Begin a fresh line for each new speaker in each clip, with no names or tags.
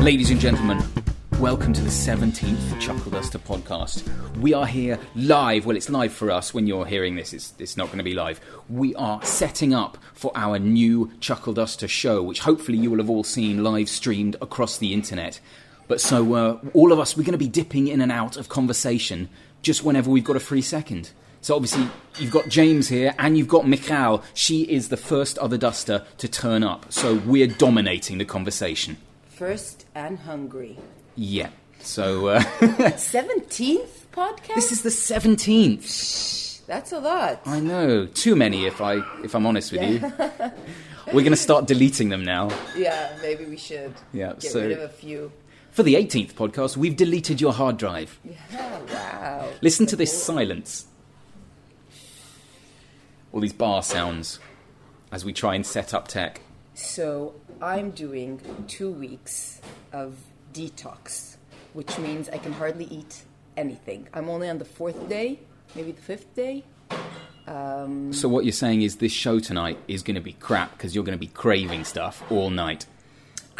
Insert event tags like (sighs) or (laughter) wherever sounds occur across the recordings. Ladies and gentlemen, welcome to the 17th Chuckle Duster podcast. We are here live. Well, it's live for us when you're hearing this. It's, it's not going to be live. We are setting up for our new Chuckle Duster show, which hopefully you will have all seen live streamed across the internet. But so, uh, all of us, we're going to be dipping in and out of conversation just whenever we've got a free second. So, obviously, you've got James here and you've got Mikhail. She is the first other duster to turn up. So, we're dominating the conversation.
First and hungry.
Yeah. So, uh, (laughs)
17th podcast?
this is the 17th.
That's a lot.
I know. Too many, if, I, if I'm honest with you. (laughs) We're going to start deleting them now.
Yeah, maybe we should
Yeah,
get
so-
rid of a few.
For the 18th podcast, we've deleted your hard drive.
Yeah, wow.
Listen to this silence. All these bar sounds as we try and set up tech.
So I'm doing two weeks of detox, which means I can hardly eat anything. I'm only on the fourth day, maybe the fifth day.
So, what you're saying is this show tonight is going to be crap because you're going to be craving stuff all night.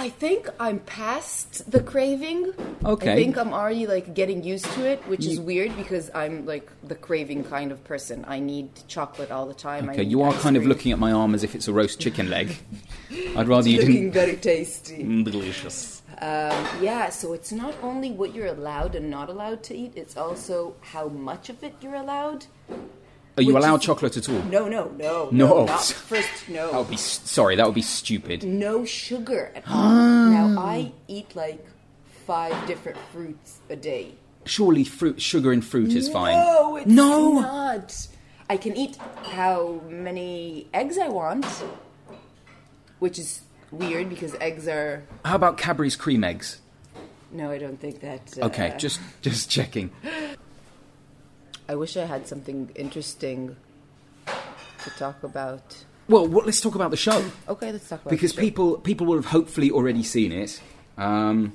I think I'm past the craving.
Okay.
I think I'm already like getting used to it, which is weird because I'm like the craving kind of person. I need chocolate all the time. I
Okay,
need
you are
ice
kind of
cream. (laughs)
looking at my arm as if it's a roast chicken leg. I'd rather you
looking
didn't. (laughs)
very tasty.
Mm, Delicious.
Yeah, so it's not only what you're allowed and not allowed to eat, it's also how much of it you're allowed.
Are you
Which
allowed
is-
chocolate at all?
No, no, no,
No.
not first, no,
That would be s- sorry. That would be stupid.
no sugar
(gasps)
at all. now I eat like five different fruits a day.
Surely, fruit, sugar in fruit is fine.
No, it's
no.
not. I can eat how many eggs I want, which is weird because eggs are.
How about Cadbury's cream eggs?
No, I don't think that. Uh,
Okay, just just checking.
I wish I had something interesting to talk about.
Well, what, let's talk about the show
Okay, let's talk about
because
the show.
people people will have hopefully already seen it. Um,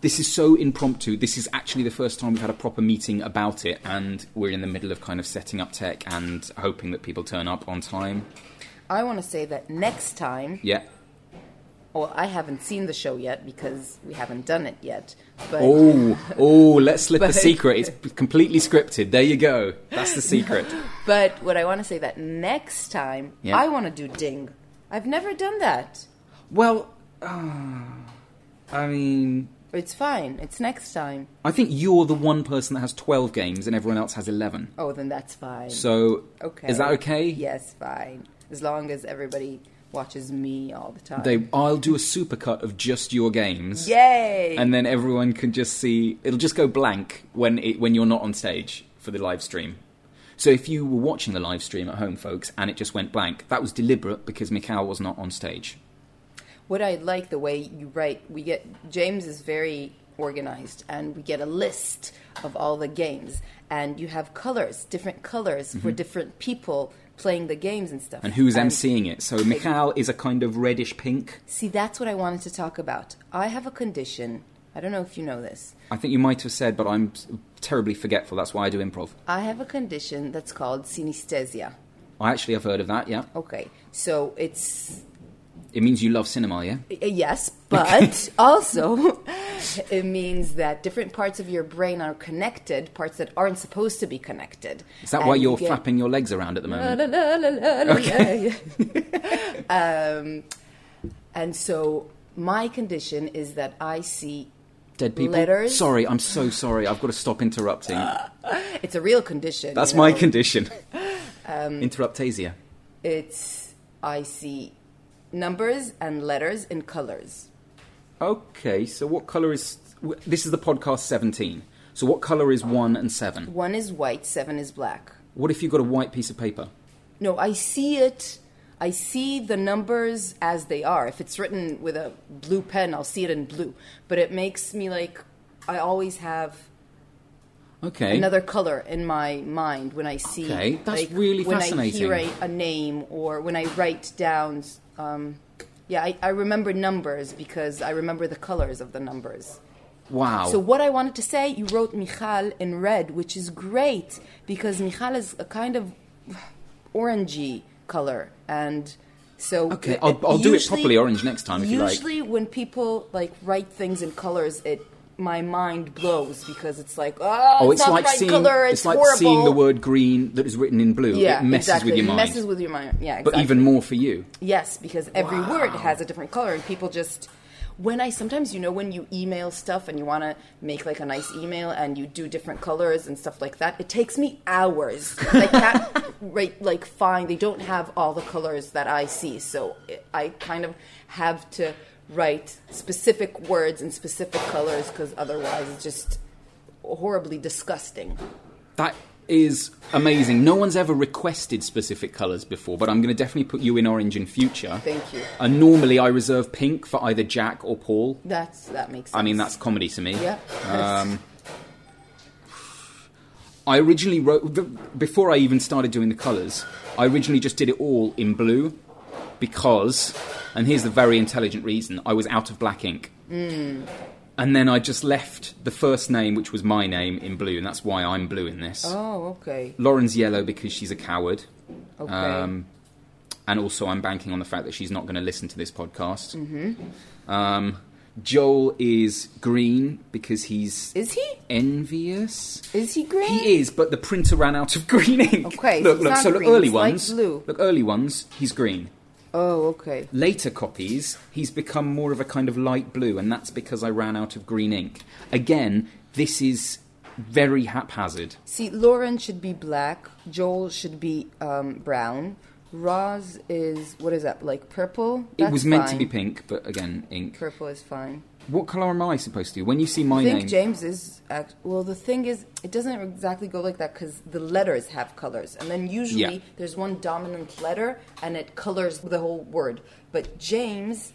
this is so impromptu. This is actually the first time we've had a proper meeting about it, and we're in the middle of kind of setting up tech and hoping that people turn up on time.
I want to say that next time.
Yeah.
Well, I haven't seen the show yet because we haven't done it yet. But
Oh, oh, let's slip the
But-
secret. It's completely scripted. There you go. That's the secret.
but what I want to say that next time
Yeah.
I want to do ding. I've never done that.
(laughs) Well, uh, I mean,
It's fine. It's next time.
I think you're the one person that has 12 games and everyone else has 11.
Oh, then that's fine.
So,
okay.
is that okay?
Yes, fine. As long as everybody watches me all the time.
They, I'll do a supercut of just your games.
Yay!
And then everyone can just see. It'll just go blank when it, when you're not on stage for the live stream. So if you were watching the live stream at home, folks, and it just went blank, that was deliberate because Mikhail was not on stage.
what I like the way you write, we get James is very organized, and we get a list of all the games, and you have colors, different colors for different people playing the games and stuff.
Mm-hmm. And who's emceeing it? So Mikhail is a kind of reddish pink.
See, that's what I wanted to talk about. I have a condition. I don't know if you know this.
I think you might have said, but I'm terribly forgetful. That's why I do improv.
I have a condition that's called synesthesia.
I actually have heard of that. Yeah,
Okay, so it's
it means you love cinema. Yeah. (laughs)
Uh, Yes, but also (laughs) it means that different parts of your brain are connected, parts that aren't supposed to be connected.
Is that
And
why
you
you're
get- (laughs)
flapping your legs around at the
La,
moment?
la, la, la, la, la, la. (laughs) um, and so my condition is that I see
Dead people.
Letters? Ah,
Sorry, I'm so sorry. I've got to stop interrupting.
it's a real condition.
That's
you
my
know. (laughs)
condition.
Um,
Interruptasia.
It's I see numbers and letters in colors.
Okay, so what color is w- this? Is the podcast 17? So what color is one and seven?
One is white, seven is black.
What if you got a white piece of paper?
No, I see it. I see the numbers as they are. If it's written with a blue pen, I'll see it in blue. But it makes me like I always have
Okay.
another color in my mind when I see.
Okay, that's
like,
really
when
fascinating.
I hear a, a name or when I write down. Um, yeah, I, I remember numbers because I remember the colors of the numbers.
Wow.
So what I wanted to say, you wrote Michal in red, which is great because Michal is a kind of orangey color, and So
Okay,
uh,
I'll- I'll do it properly orange next time if you like.
Usually, when people like write things in colors, it my mind blows because it's like oh,
Oh,
it's,
it's
not
like
the right
seeing
color. It's,
it's, like
horrible.
seeing the word green that is written in blue.
Yeah,
it messes
exactly.
with your
It
mind.
messes with your mind. Yeah, exactly.
but even more for you.
Yes, because every word has a different color, and people just. When I sometimes, you know, when you email stuff and you want to make like a nice email and you do different colors and stuff like that, it takes me
(laughs)
hours. I can't right, like find, they don't have all the colors that I see. So it, I kind of have to write specific words and specific colors because otherwise it's just horribly disgusting.
That is amazing. No one's ever requested specific colours before, but I'm going to definitely put you in orange in future.
Thank you.
And normally I reserve pink for either Jack or Paul.
That's, that makes sense.
I mean, that's comedy to me.
Yeah.
(laughs) Um, I originally wrote b- before I even started doing the colours. I originally just did it all in blue because, and here's the very intelligent reason: I was out of black ink, and then I just left the first name, which was my name, in blue, and that's why I'm blue in this.
oh, okay.
Lauren's yellow because she's a coward.
Okay.
Um, and also, I'm banking on the fact that she's not going to listen to this podcast. Mm-hmm. Um, Joel is green because he's
is he?
envious.
Is he green?
He is, but the printer ran out of green ink.
Okay,
look,
so
look.
it's
So
not
look,
green,
early
it's light
ones.
blue.
Look, early ones. He's green.
Oh, okay.
Later copies, he's become more of a kind of light blue, and that's because I ran out of green ink. Again, this is very haphazard.
See, Lauren should be black. Joel should be um, brown. Roz is what is that? Like purple?
it
That's
was meant to
fine.
be pink, but again, ink.
Purple is fine.
What colour am I supposed to do? When you see my
I think
name,
James is. Act- well, the thing is, it doesn't exactly go like that because the letters have colors, and then usually
Yeah.
there's one dominant letter and it colors the whole word. But James,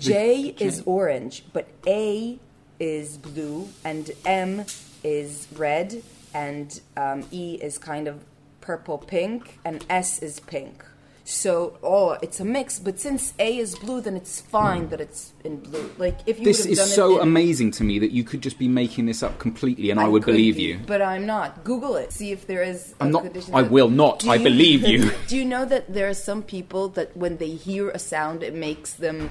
J
J-
is orange, but A is blue, and M is red, and um, E is kind of purple pink, and S is pink. So, oh, it's a mix. But since A is blue, then it's fine that it's in blue. Like if you
Hmm. this
would've done
is so
it in-
amazing to me that you could just be making this up completely, and I, would
could
believe
be,
you.
But I'm not. Google it. See if there is. a
I'm not-
condition
I
that-
will not.
Do
I believe you.
(laughs) Do you know that there are some people that when they hear a sound, it makes them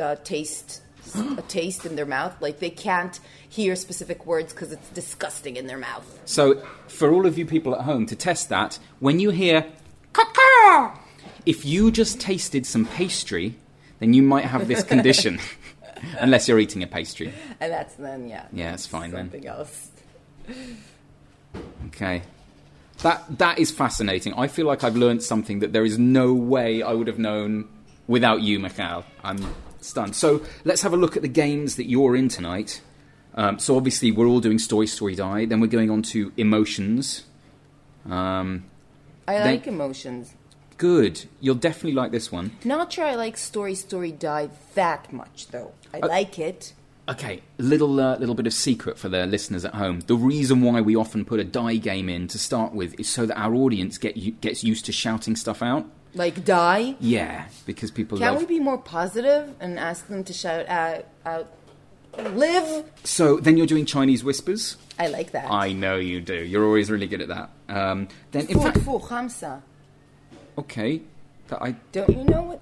uh, taste
(gasps)
a taste in their mouth? Like they can't hear specific words because it's disgusting in their mouth.
So, for all of you people at home to test that, when you hear
Caca!
if you just tasted some pastry, then you might have this condition, unless you're eating a pastry.
And that's then, yeah.
Yeah, it's fine then.
Something else.
Okay. That that is fascinating. I feel like I've learned something that there is no way I would have known without you, Mikhail. I'm stunned. So let's have a look at the games that you're in tonight. Um, so obviously we're all doing story, story, die. Then we're going on to emotions. Um,
I
Then-
like emotions.
good. You'll definitely like this one.
Not sure I like story, story, die that much though. I
Uh,
like it.
Okay, little uh, little bit of secret for the listeners at home. The reason why we often put a die game in to start with is so that our audience get u- gets used to shouting stuff out.
Like die.
Yeah, because people
Can
love.
we be more positive and ask them to shout out, out live?
So then you're doing Chinese whispers.
I like that.
I know you do. You're always really good at that. Um, then in
Fu-
fact,
fu- khamsa.
okay, that I.
Don't you know what?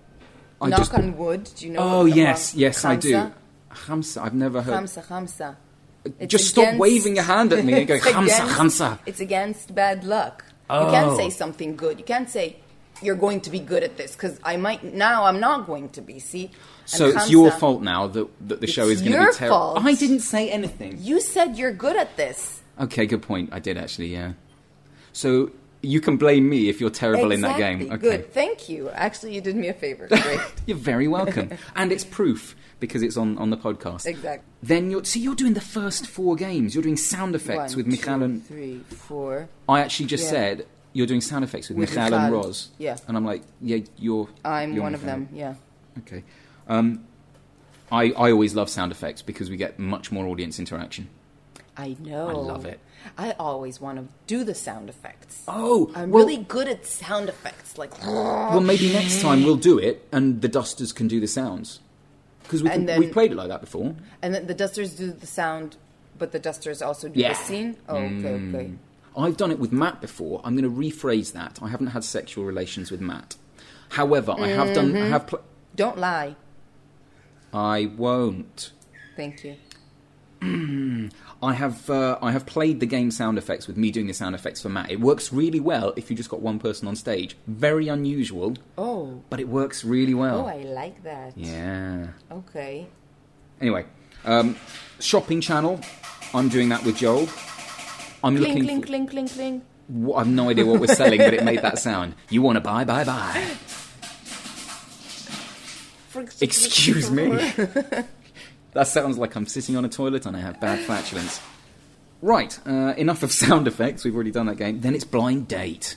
I
knock
just-
on wood. Do you know?
Oh
what the
yes,
kham-
yes I do.
khamsa?
Hamsa, I've never heard.
Khamsa, khamsa. It's
Uh, Just stop
against-
waving your hand at me and go
It's
hamsa
against-
hamsa.
It's against bad luck. You can't
Oh.
say something good. You can't say you're going to be good at this because I might now. I'm not going to be. See. And
So it's your
khamsa,
fault now that, that the show is
It's
going to
your
be terrible.
fault.
I didn't say anything.
You said you're good at this.
Okay, good point. I did actually, yeah. So you can blame me if you're terrible in that game.
Exactly.
Okay.
Good. Thank you. Actually, you did me
(laughs)
a favor. Great.
You're
(laughs)
very welcome. and it's proof because it's on, on the podcast.
Exact.
Then you're see you're doing the first four games. You're doing sound effects
One,
with Michal
two,
and
three, four.
I actually just
Yeah.
said you're doing sound effects with,
With
Michal, and
Michal.
Roz.
Yeah.
And I'm like, yeah, you're
I'm
you're
one of
Michal.
them. Yeah.
Okay. Um I, I always love sound effects because we get much more audience interaction.
I know.
I love it.
I always want to do the sound effects.
Oh,
I'm
well-
really good at sound effects. Like, (laughs)
Well, maybe next time we'll do it, and the dusters can do the sounds because we
And
can,
then-
we've played it like that before.
and then the dusters do the sound, but the dusters also do
Yeah. Mm.
the scene. Oh, okay, okay.
I've done it with Matt before. I'm going to rephrase that. I haven't had sexual relations with Matt. However, I have done. I have. Pl-
Don't lie.
I won't.
Thank you.
I have uh, I have played the game sound effects with me doing the sound effects for Matt. It works really well if you just got one person on stage. Very unusual,
Oh.
but it works really well.
Oh, I like that.
yeah.
Okay.
Anyway, um, shopping channel. I'm doing that with Joel. I'm looking.
Cling, cling,
for-
cling, cling, cling.
Wha- I've no idea what we're selling, but it made that sound. You want to buy, buy, buy.
For-
Excuse me. that sounds like I'm sitting on a toilet and I have bad flatulence. Right, uh, enough of sound effects. We've already done that game. Then it's blind date.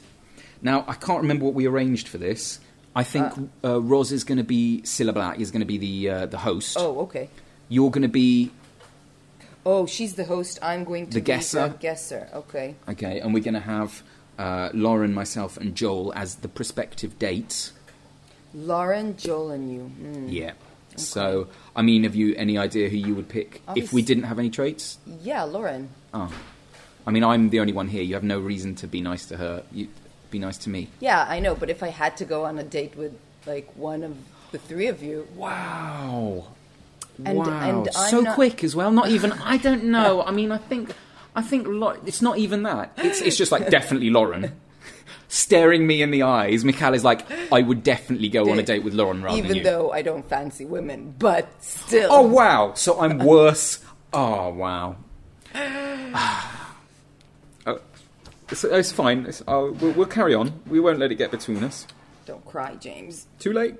Now I can't remember what we arranged for this. I think uh, Roz is going to be Black is going to be the uh, the host.
Oh, okay.
You're going to be
Oh, she's the host. I'm going to
The
be
guesser?
The guesser. Okay.
okay, and we're going to have uh, Lauren, myself, and Joel as the prospective dates.
Lauren, Joel, and you. Mm.
Yeah. So, I mean, have you any idea who you would pick if we
Obvious-
didn't have any traits?
Yeah, Lauren.
Oh. I mean, I'm the only one here. You have no reason to be nice to her. You be nice to me.
Yeah, I know. But if I had to go on a date with like one of the three of you,
Wow.
And-
wow.
and I'm
so
not-
quick as well. Not even I don't know. I mean, I think I think Lau- it's not even that. It's it's just like definitely Lauren. (laughs) Staring me in the eyes, Mikhail is like, I would definitely go on a date with Lauren rather than
even
you.
though I don't fancy women, but still.
Oh wow! So I'm worse. Oh wow. (sighs) oh, it's, it's fine. It's, oh, we'll, we'll carry on. We won't let it get between us.
Don't cry, James.
Too late.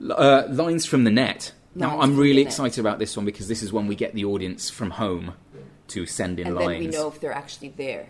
L- Uh, lines from the net. now
Lines
I'm
from
really
the net.
excited about this one because this is when we get the audience from home to send in
And
lines.
then we know if they're actually there.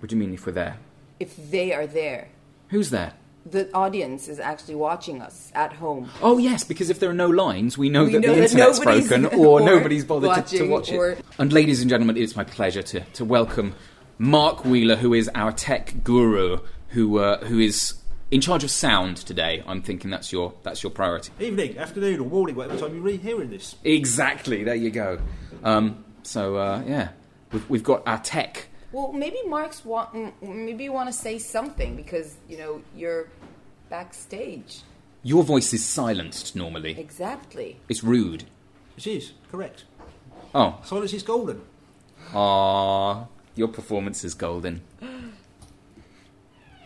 What do you mean if we're there?
If they are there,
Who's there?
the audience is actually watching us at home.
Oh yes, because if there are no lines, we know
We
that
know
the
that
internet's
nobody's-
broken
(laughs)
or,
or
nobody's bothered to, to
watching
watch it.
or-
And ladies and gentlemen, it's my pleasure to, to welcome Mark Wheeler, who is our tech guru, who uh, who is in charge of sound today. I'm thinking that's your that's your priority.
Evening, afternoon, or morning, whatever time you're re-hearing this.
Exactly. There you go. Um, so uh, yeah, we've, we've got our tech.
Well, maybe Mark's want m- maybe you want to say something because you know you're backstage.
Your voice is silenced normally.
Exactly.
It's rude.
It is correct.
Oh,
Silence is golden.
ah, your performance is
(gasps)
golden.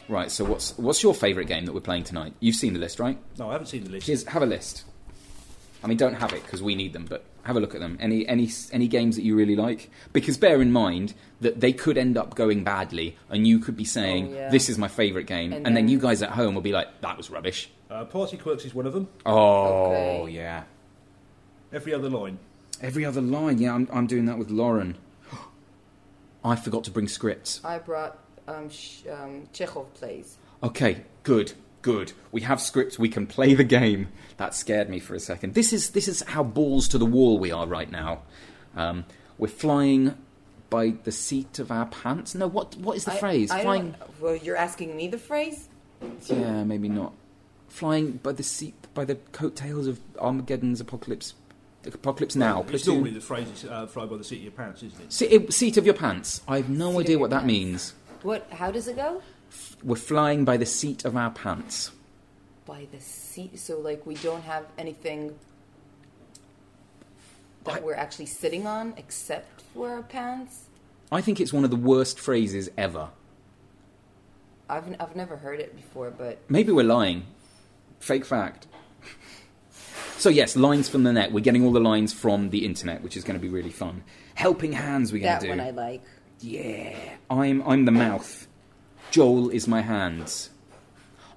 Right. So what's what's your favourite game that we're playing tonight? You've seen the list, right?
No, I haven't seen the list.
Here's, have a list. I mean, don't have it because we need them, but have a look at them. Any any any games that you really like? Because bear in mind that they could end up going badly, and you could be saying,
Oh, yeah.
"This is my favourite game," and,
And
then
then-
you guys at home will be like, "That was rubbish."
Uh, Party Quirks is one of them.
Oh
Okay.
yeah.
Every other line.
Every other line. Yeah, I'm I'm doing that with Lauren. (gasps) I forgot to bring scripts.
I brought um, sh- um, Chekhov plays.
Okay, good, good. We have scripts. We can play the game. That scared me for a second. This is this is how balls to the wall we are right now. Um, we're flying by the seat of our pants. No, what what is the
I-
phrase?
I
flying.
don't- Well, you're asking me the phrase.
Yeah, maybe not. Flying by the seat by the coattails of Armageddon's apocalypse. Apocalypse now.
It's
platoon.
normally the phrase is uh, fly by the seat of your pants, isn't it?
Se- eh, seat of your pants. I have no
Seat of
idea
your
what that
pants.
means.
What? How does it go?
We're flying by the seat of our pants.
By the seat. So like we don't have anything that
I-
we're actually sitting on except for our pants.
I think it's one of the worst phrases ever.
I've n- I've never heard it before, but
Maybe we're lying. Fake fact. (laughs) So yes, lines from the net. We're getting all the lines from the internet, which is going to be really fun. Helping hands, we're going
that
to do.
one I like.
Yeah, I'm I'm the mouth. Joel is my hands.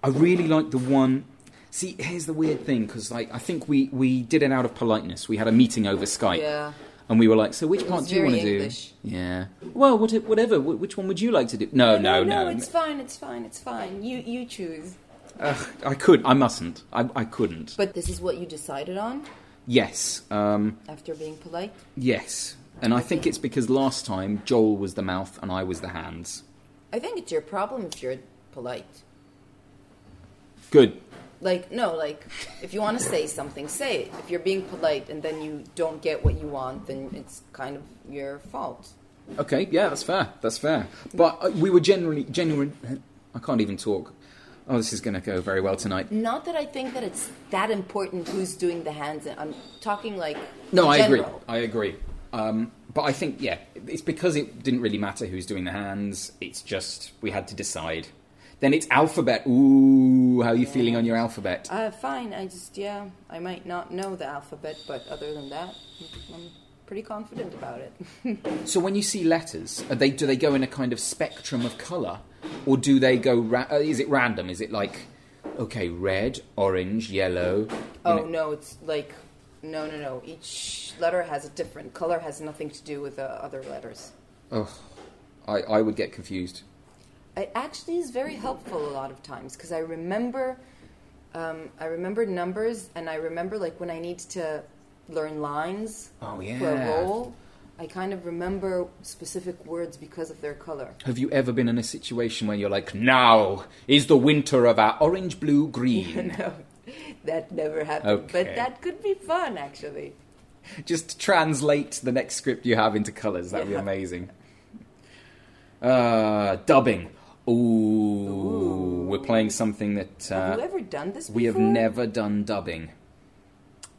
I really like the one. See, here's the weird thing because like I think we we did it out of politeness. We had a meeting over Skype.
Yeah.
And we were like, so which
It
part
was
do you
very
want to do?
English.
Yeah. Well, what, whatever. wh- Which one would you like to do? No, Oh, no, no.
no. It's fine. It's fine. It's fine. You you choose.
Ugh, I could. I mustn't. I, I couldn't.
But this is what you decided on
Yes. Um,
after being polite.
yes. And I think it's because last time Joel was the mouth and I was the hands.
I think it's your problem if you're polite.
Good.
Like no, like if you want to say something, say it. If you're being polite and then you don't get what you want, then it's kind of your fault.
Okay. Yeah, that's fair. That's fair. But uh, we were generally genuine. I can't even talk. oh, this is going to go very well tonight.
Not that I think that it's that important who's doing the hands. I'm talking like
No,
in
I agree.
general.
I agree. Um, but I think, yeah, it's because it didn't really matter who's doing the hands. It's just we had to decide. Then it's alphabet. Ooh, how are you feeling on your alphabet?
Uh, fine. I just yeah. I might not know the alphabet, but other than that, I'm pretty confident about (laughs) it.
So when you see letters, are they do they go in a kind of spectrum of color, or do they go? Ra- uh, is it random? Is it like, okay, red, orange, yellow? you
Oh
know?
no, it's like no, no, no. Each letter has a different color. Has nothing to do with the other letters.
Oh, I, I would get confused.
It actually is very helpful a lot of times because I remember, um, I remember numbers, and I remember like when I need to learn lines
Oh
for a
yeah.
role. I kind of remember specific words because of their color. (laughs)
Have you ever been in a situation where you're like, now is the winter of our orange, blue, green?
(laughs) That never happened,
Okay.
but that could be fun actually.
Just translate the next script you have into colours. That'd be
Yeah.
amazing. Uh, dubbing. Ooh, we're playing something that
have you
uh,
ever done this? Before?
we have never done dubbing,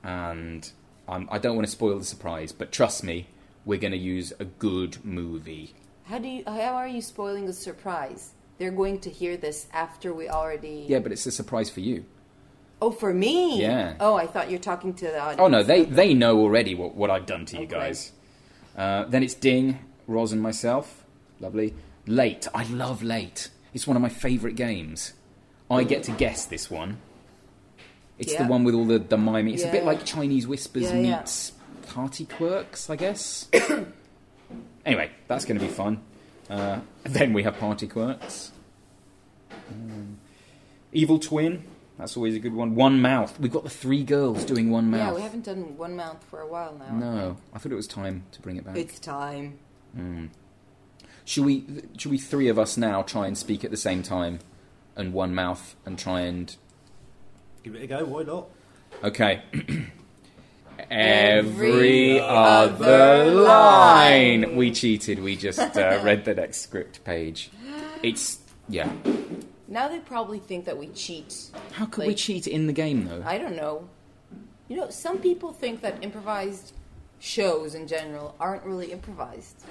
and um, I don't want to spoil the surprise, but trust me, we're going to use a good movie.
How do you? How are you spoiling a surprise? They're going to hear this after we already.
Yeah, but it's a surprise for you.
Oh, for me.
Yeah.
Oh, I thought you're talking to the audience.
Oh no, they they know already what, what I've done to you
Okay.
guys. Uh, then it's Ding, Roz, and myself. Lovely. Late. I love late. It's one of my favourite games. I get to guess this one. It's
Yeah.
the one with all the, the miming. It's a bit
Yeah.
like Chinese whispers
Yeah, yeah.
meets party quirks, I
(coughs)
guess. anyway, that's going to be fun. Uh, then we have party quirks. Um, Evil twin. That's always a good one. One mouth. We've got the three girls doing one Oh, mouth.
Yeah, we haven't done one mouth for a while now.
No, I thought it was time to bring it back.
It's time.
Should we? Should we three of us now try and speak at the same time, and one mouth, and try and?
Give it a go, why not?
Okay. (clears throat)
Every
Every other
other
line. We cheated. We just (laughs) uh, read the next script page. It's yeah.
Now they probably think that we cheat.
How could we
Like-
cheat in the game though?
I don't know. You know, some people think that improvised shows in general aren't really improvised.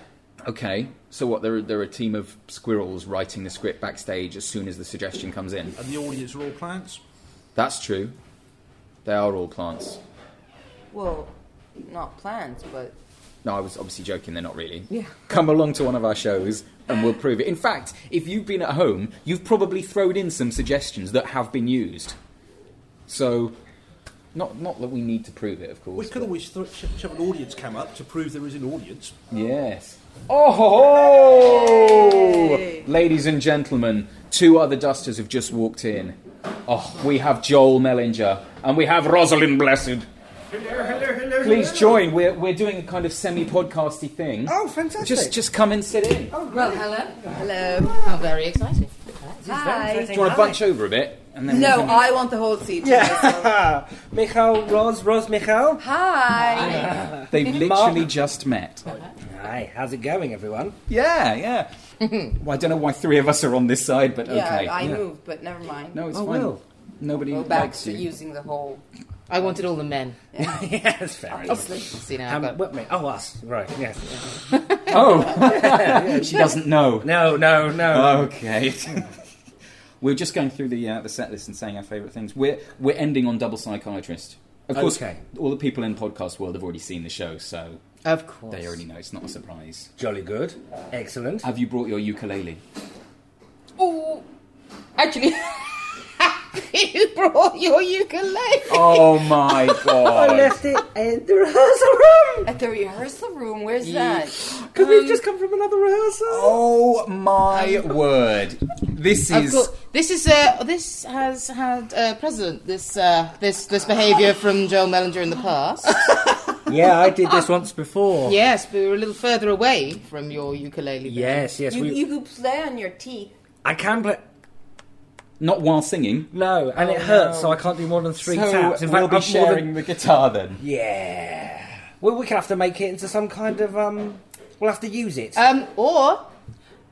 Okay. So what? There are, there are a team of squirrels writing the script backstage as soon as the suggestion comes in.
And the audience are all plants.
That's true. They are all plants.
Well, not planned, but
No, I was obviously joking. They're not really.
Yeah.
Come along to one of our shows and we'll prove it. In fact, if you've been at home, you've probably thrown in some suggestions that have been used. So, not not that we need to prove it, of
We
course.
could always th- sh- shove an audience cam up to prove there is an audience.
Yes. Oh, ho, ho!
Yay!
ladies and gentlemen, two other dusters have just walked in. Oh, we have Joel Mellinger and we have Rosalind Blessed. Please join. We're, we're doing a kind of semi podcasty thing.
Oh, fantastic.
Just just come and sit in.
well, hello, hello,
Oh, very exciting.
hi.
Do you want to bunch over a bit? And then we
No,
can-
I want the whole seat. to myself.
yeah. uh, Michal, Rose, Rose, Michal.
Hi.
they've literally just met.
Hi, how's it going, everyone? (laughs)
Yeah, yeah.
(laughs)
well, I don't know why three of us are on this side, but
Yeah,
okay.
I
Yeah.
moved, but never mind.
No, it's
Oh,
fine.
well.
Nobody
Go back
likes
to
you.
using the whole.
I wanted all the men.
yes, fair enough.
See now,
Um,
I've got
what, me? Oh, us. Right, yes.
(laughs)
(laughs)
Oh, she doesn't know.
No, no, no.
Okay. (laughs) we're just going through the uh, the set list and saying our favourite things. We're we're ending on double psychiatrist. Of course,
Okay.
all the people in the podcast world have already seen the show, so
of course.
they already know. It's not a surprise.
Jolly good. Excellent.
Have you brought your
(laughs)
ukulele?
Oh, actually, (laughs) you brought your ukulele.
Oh my god!
it in the rehearsal room
At the rehearsal room, where's that?
because
Um,
we've just come from another rehearsal.
Oh my word! This
Of
is
course. This is uh, this has had uh, precedent. This uh, this this behaviour from Joel Mellinger in the past.
Yeah, I did this once before.
yes, but we were a little further away from your ukulele. bit.
Yes, yes.
You,
we,
you could play on your teeth.
I can play.
not while singing.
Oh, No, and it hurts, so I can't do more than three
so
taps. In
we'll
fact,
be
I've more than
sharing the guitar then.
Yeah. Well, we can have to make it into some kind of um. We'll have to use it.
Um, or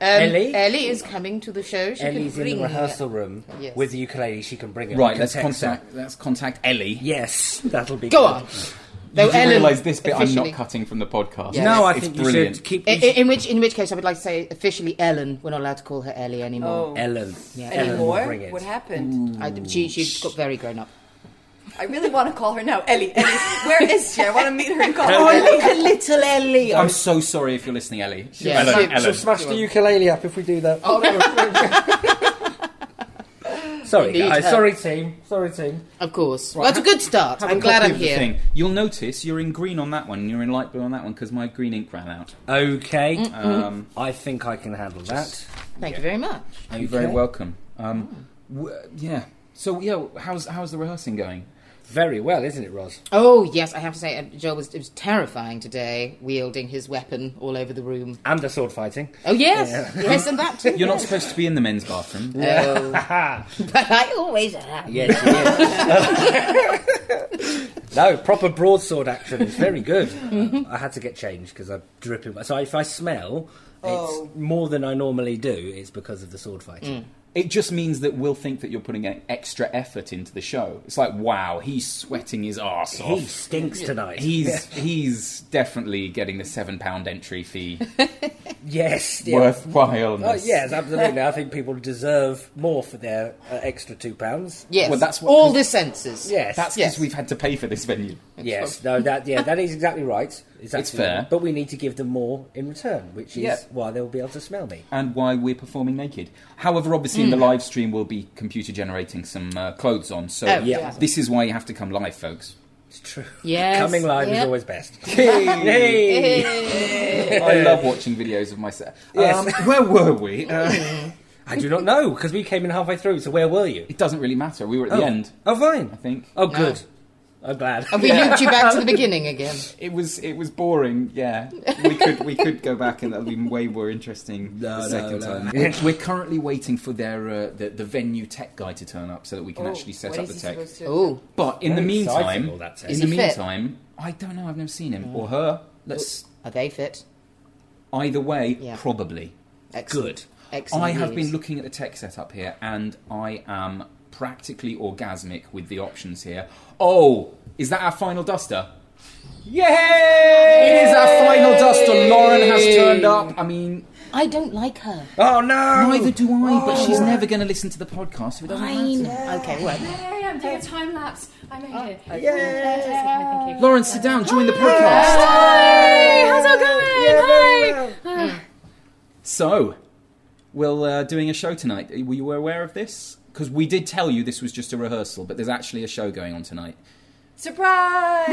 Ellie?
Ellie is coming to the show. She can
Ellie's in
bring-
the rehearsal room
Yes.
with the ukulele. She can bring it.
Right, let's
Contact her.
contact let's contact Ellie.
Yes, that'll be.
Go
good.
on. Though
you do
Ellen
realise this bit I'm
officially-
not cutting from the podcast.
Yeah.
No, I
It's
think you
brilliant.
should keep
I- I- in which, in which case, I would like to say officially, Ellen. We're not allowed to call her Ellie anymore.
Oh,
Ellen.
Yeah,
Ellen will
anymore?
bring it.
What happened?
I, she, she's got very grown up.
I really want to call her now. Ellie, Ellie, where is she? I want to meet her and call her.
Oh, look at little Ellie. Oh,
I'm so sorry if you're listening, Ellie.
Yeah.
Hello,
So-
Ellen.
smash the ukulele up if we do that. Oh no. (laughs) sorry,
Indeed.
guys. Sorry, team. Sorry, team.
Of course. Well, that's a good start. I'm
Have a
glad
copy
I'm
of the
here.
thing. You'll notice you're in green on that one, and you're in light blue on that one because my green ink ran out.
Okay.
Um,
I think I can handle that.
Thank you very much.
You're very welcome. Um, w- yeah. So yeah, how's how's the rehearsing going?
Very well, isn't it, Ros?
Oh yes, I have to say, uh, Joel was it was terrifying today, wielding his weapon all over the room.
And the sword fighting.
Oh yes, yes, and that too.
You're not supposed to be in the men's bathroom.
Oh, (laughs) but I always am.
Yes, no, proper broadsword action. It's very good. Um, I had to get changed because I'm dripping. So if I smell,
Oh.
it's more than I normally do. It's because of the sword fighting.
It just means that we'll think that you're putting an extra effort into the show. It's like, wow, he's sweating his arse off.
He stinks tonight.
He's he's definitely getting the seven pound entry fee
yes. (laughs) yeah.
worthwhile.
Oh, yes, absolutely. I think people deserve more for their uh, extra two pounds.
Yes,
Well, that's what-
all the senses.
Yes,
That's because
Yes.
we've had to pay for this venue.
yes. No, that yeah, that is exactly right. It's, actually-
fair.
but we need to give them more in return, which is
Yeah.
why they will be able to smell me.
And why we're performing naked. However, obviously in the
Hmm.
live stream we'll be computer generating some uh, clothes on. So
Oh, yeah.
this is why you have to come live, folks.
It's true.
Yes,
coming live is
yep.
always best. (laughs) Yay!
I love watching videos of myself.
Yes.
Um, (laughs) where were we? Uh,
(laughs) I do not know because we came in halfway through. So where were you?
it doesn't really matter. We were at the
Oh.
end,
Oh, fine.
I think.
Oh, good. I'm glad.
And we looped you back to the
(laughs)
beginning again.
It was it was boring. Yeah, we could we could go back and that'd be way more (laughs) interesting
No,
the second
no, no.
time. We're, we're currently waiting for their uh, the, the venue tech guy to turn up so that we can actually set up the tech.
Oh,
But in the
Very exciting,
meantime,
all that tech.
in
Is
the
he fit?
meantime, I don't know. I've never seen him or her. Let's
are they fit?
either way,
Yeah.
probably.
Excellent.
Good.
Excellent.
I have
news.
been looking at the tech setup here, and I am practically orgasmic with the options here. Oh, is that our final duster? Yay! It is our final duster. Lauren has turned up. I mean,
I don't like her.
Oh no!
neither do I, but she's never going to listen to the podcast, so it doesn't matter.
Fine. Okay, well,
Hey, I'm doing a time lapse. I made it. Yeah.
Lauren, sit down. Join the podcast.
Hey, how's it going? Hi.
So, we're uh, doing a show tonight. Were you aware of this? Because we did tell you this was just a rehearsal, but there's actually a show going on tonight.
Surprise!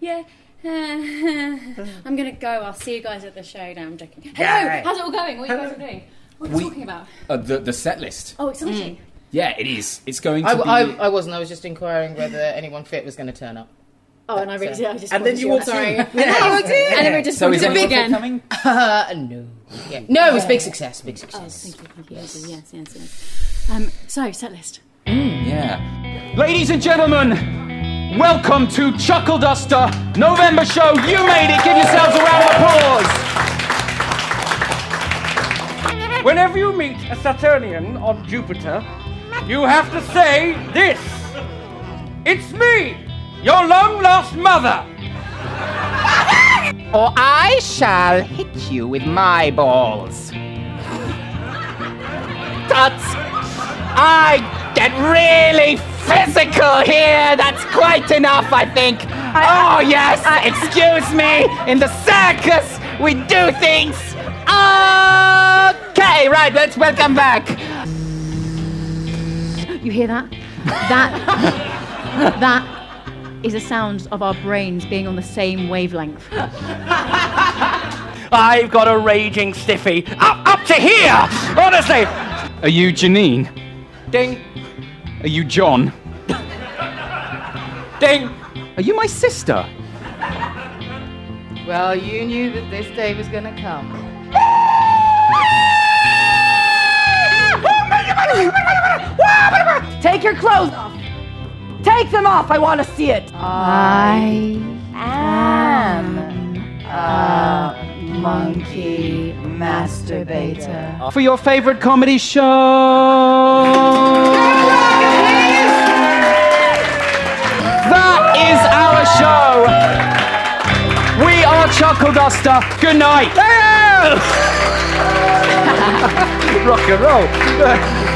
Yeah. (laughs) I'm gonna go. I'll see you guys at the show. Now I'm joking. Hello.
Yay.
How's it all going? What are you guys all doing? What are we, talking about?
Uh, the, the set list.
Oh, exciting.
Yeah, it is. It's going to
I,
be.
I, I wasn't. I was just inquiring whether anyone fit was going to turn up.
Oh, and I really did. I just
And then
wanted
you
to-
walked
sorry.
in.
And I did. And I just
so
wanted
is
to
everyone
again.
coming?
Uh,
(laughs)
no. Yeah. No, it was big success. Big
Oh,
success.
thank you. Thank you. Yes. Yes. Yes. yes. Um, so set list.
Yeah. Ladies and gentlemen, welcome to Chuckle Duster November show. You made it. Give yourselves a round of applause.
Whenever you meet a Saturnian on Jupiter, you have to say this It's me, your long lost mother.
or I shall hit you with my balls. That's. I get really physical here. That's quite enough, I think. oh, yes, excuse me. In the circus, we do things. Okay, right, let's welcome back.
You hear that? That that is a sound of our brains being on the same wavelength.
I've got a raging stiffy up, up to here. Honestly,
Are you Janine?
ding,
Are you John?
ding.
Are you my sister?
Well, you knew that this day was going to come.
Take your clothes off. Take them off. I want to see it.
I
Am.
monkey masturbator.
for your favorite comedy show. That is our show. We are Chuckle Duster. Good night. Rock and roll.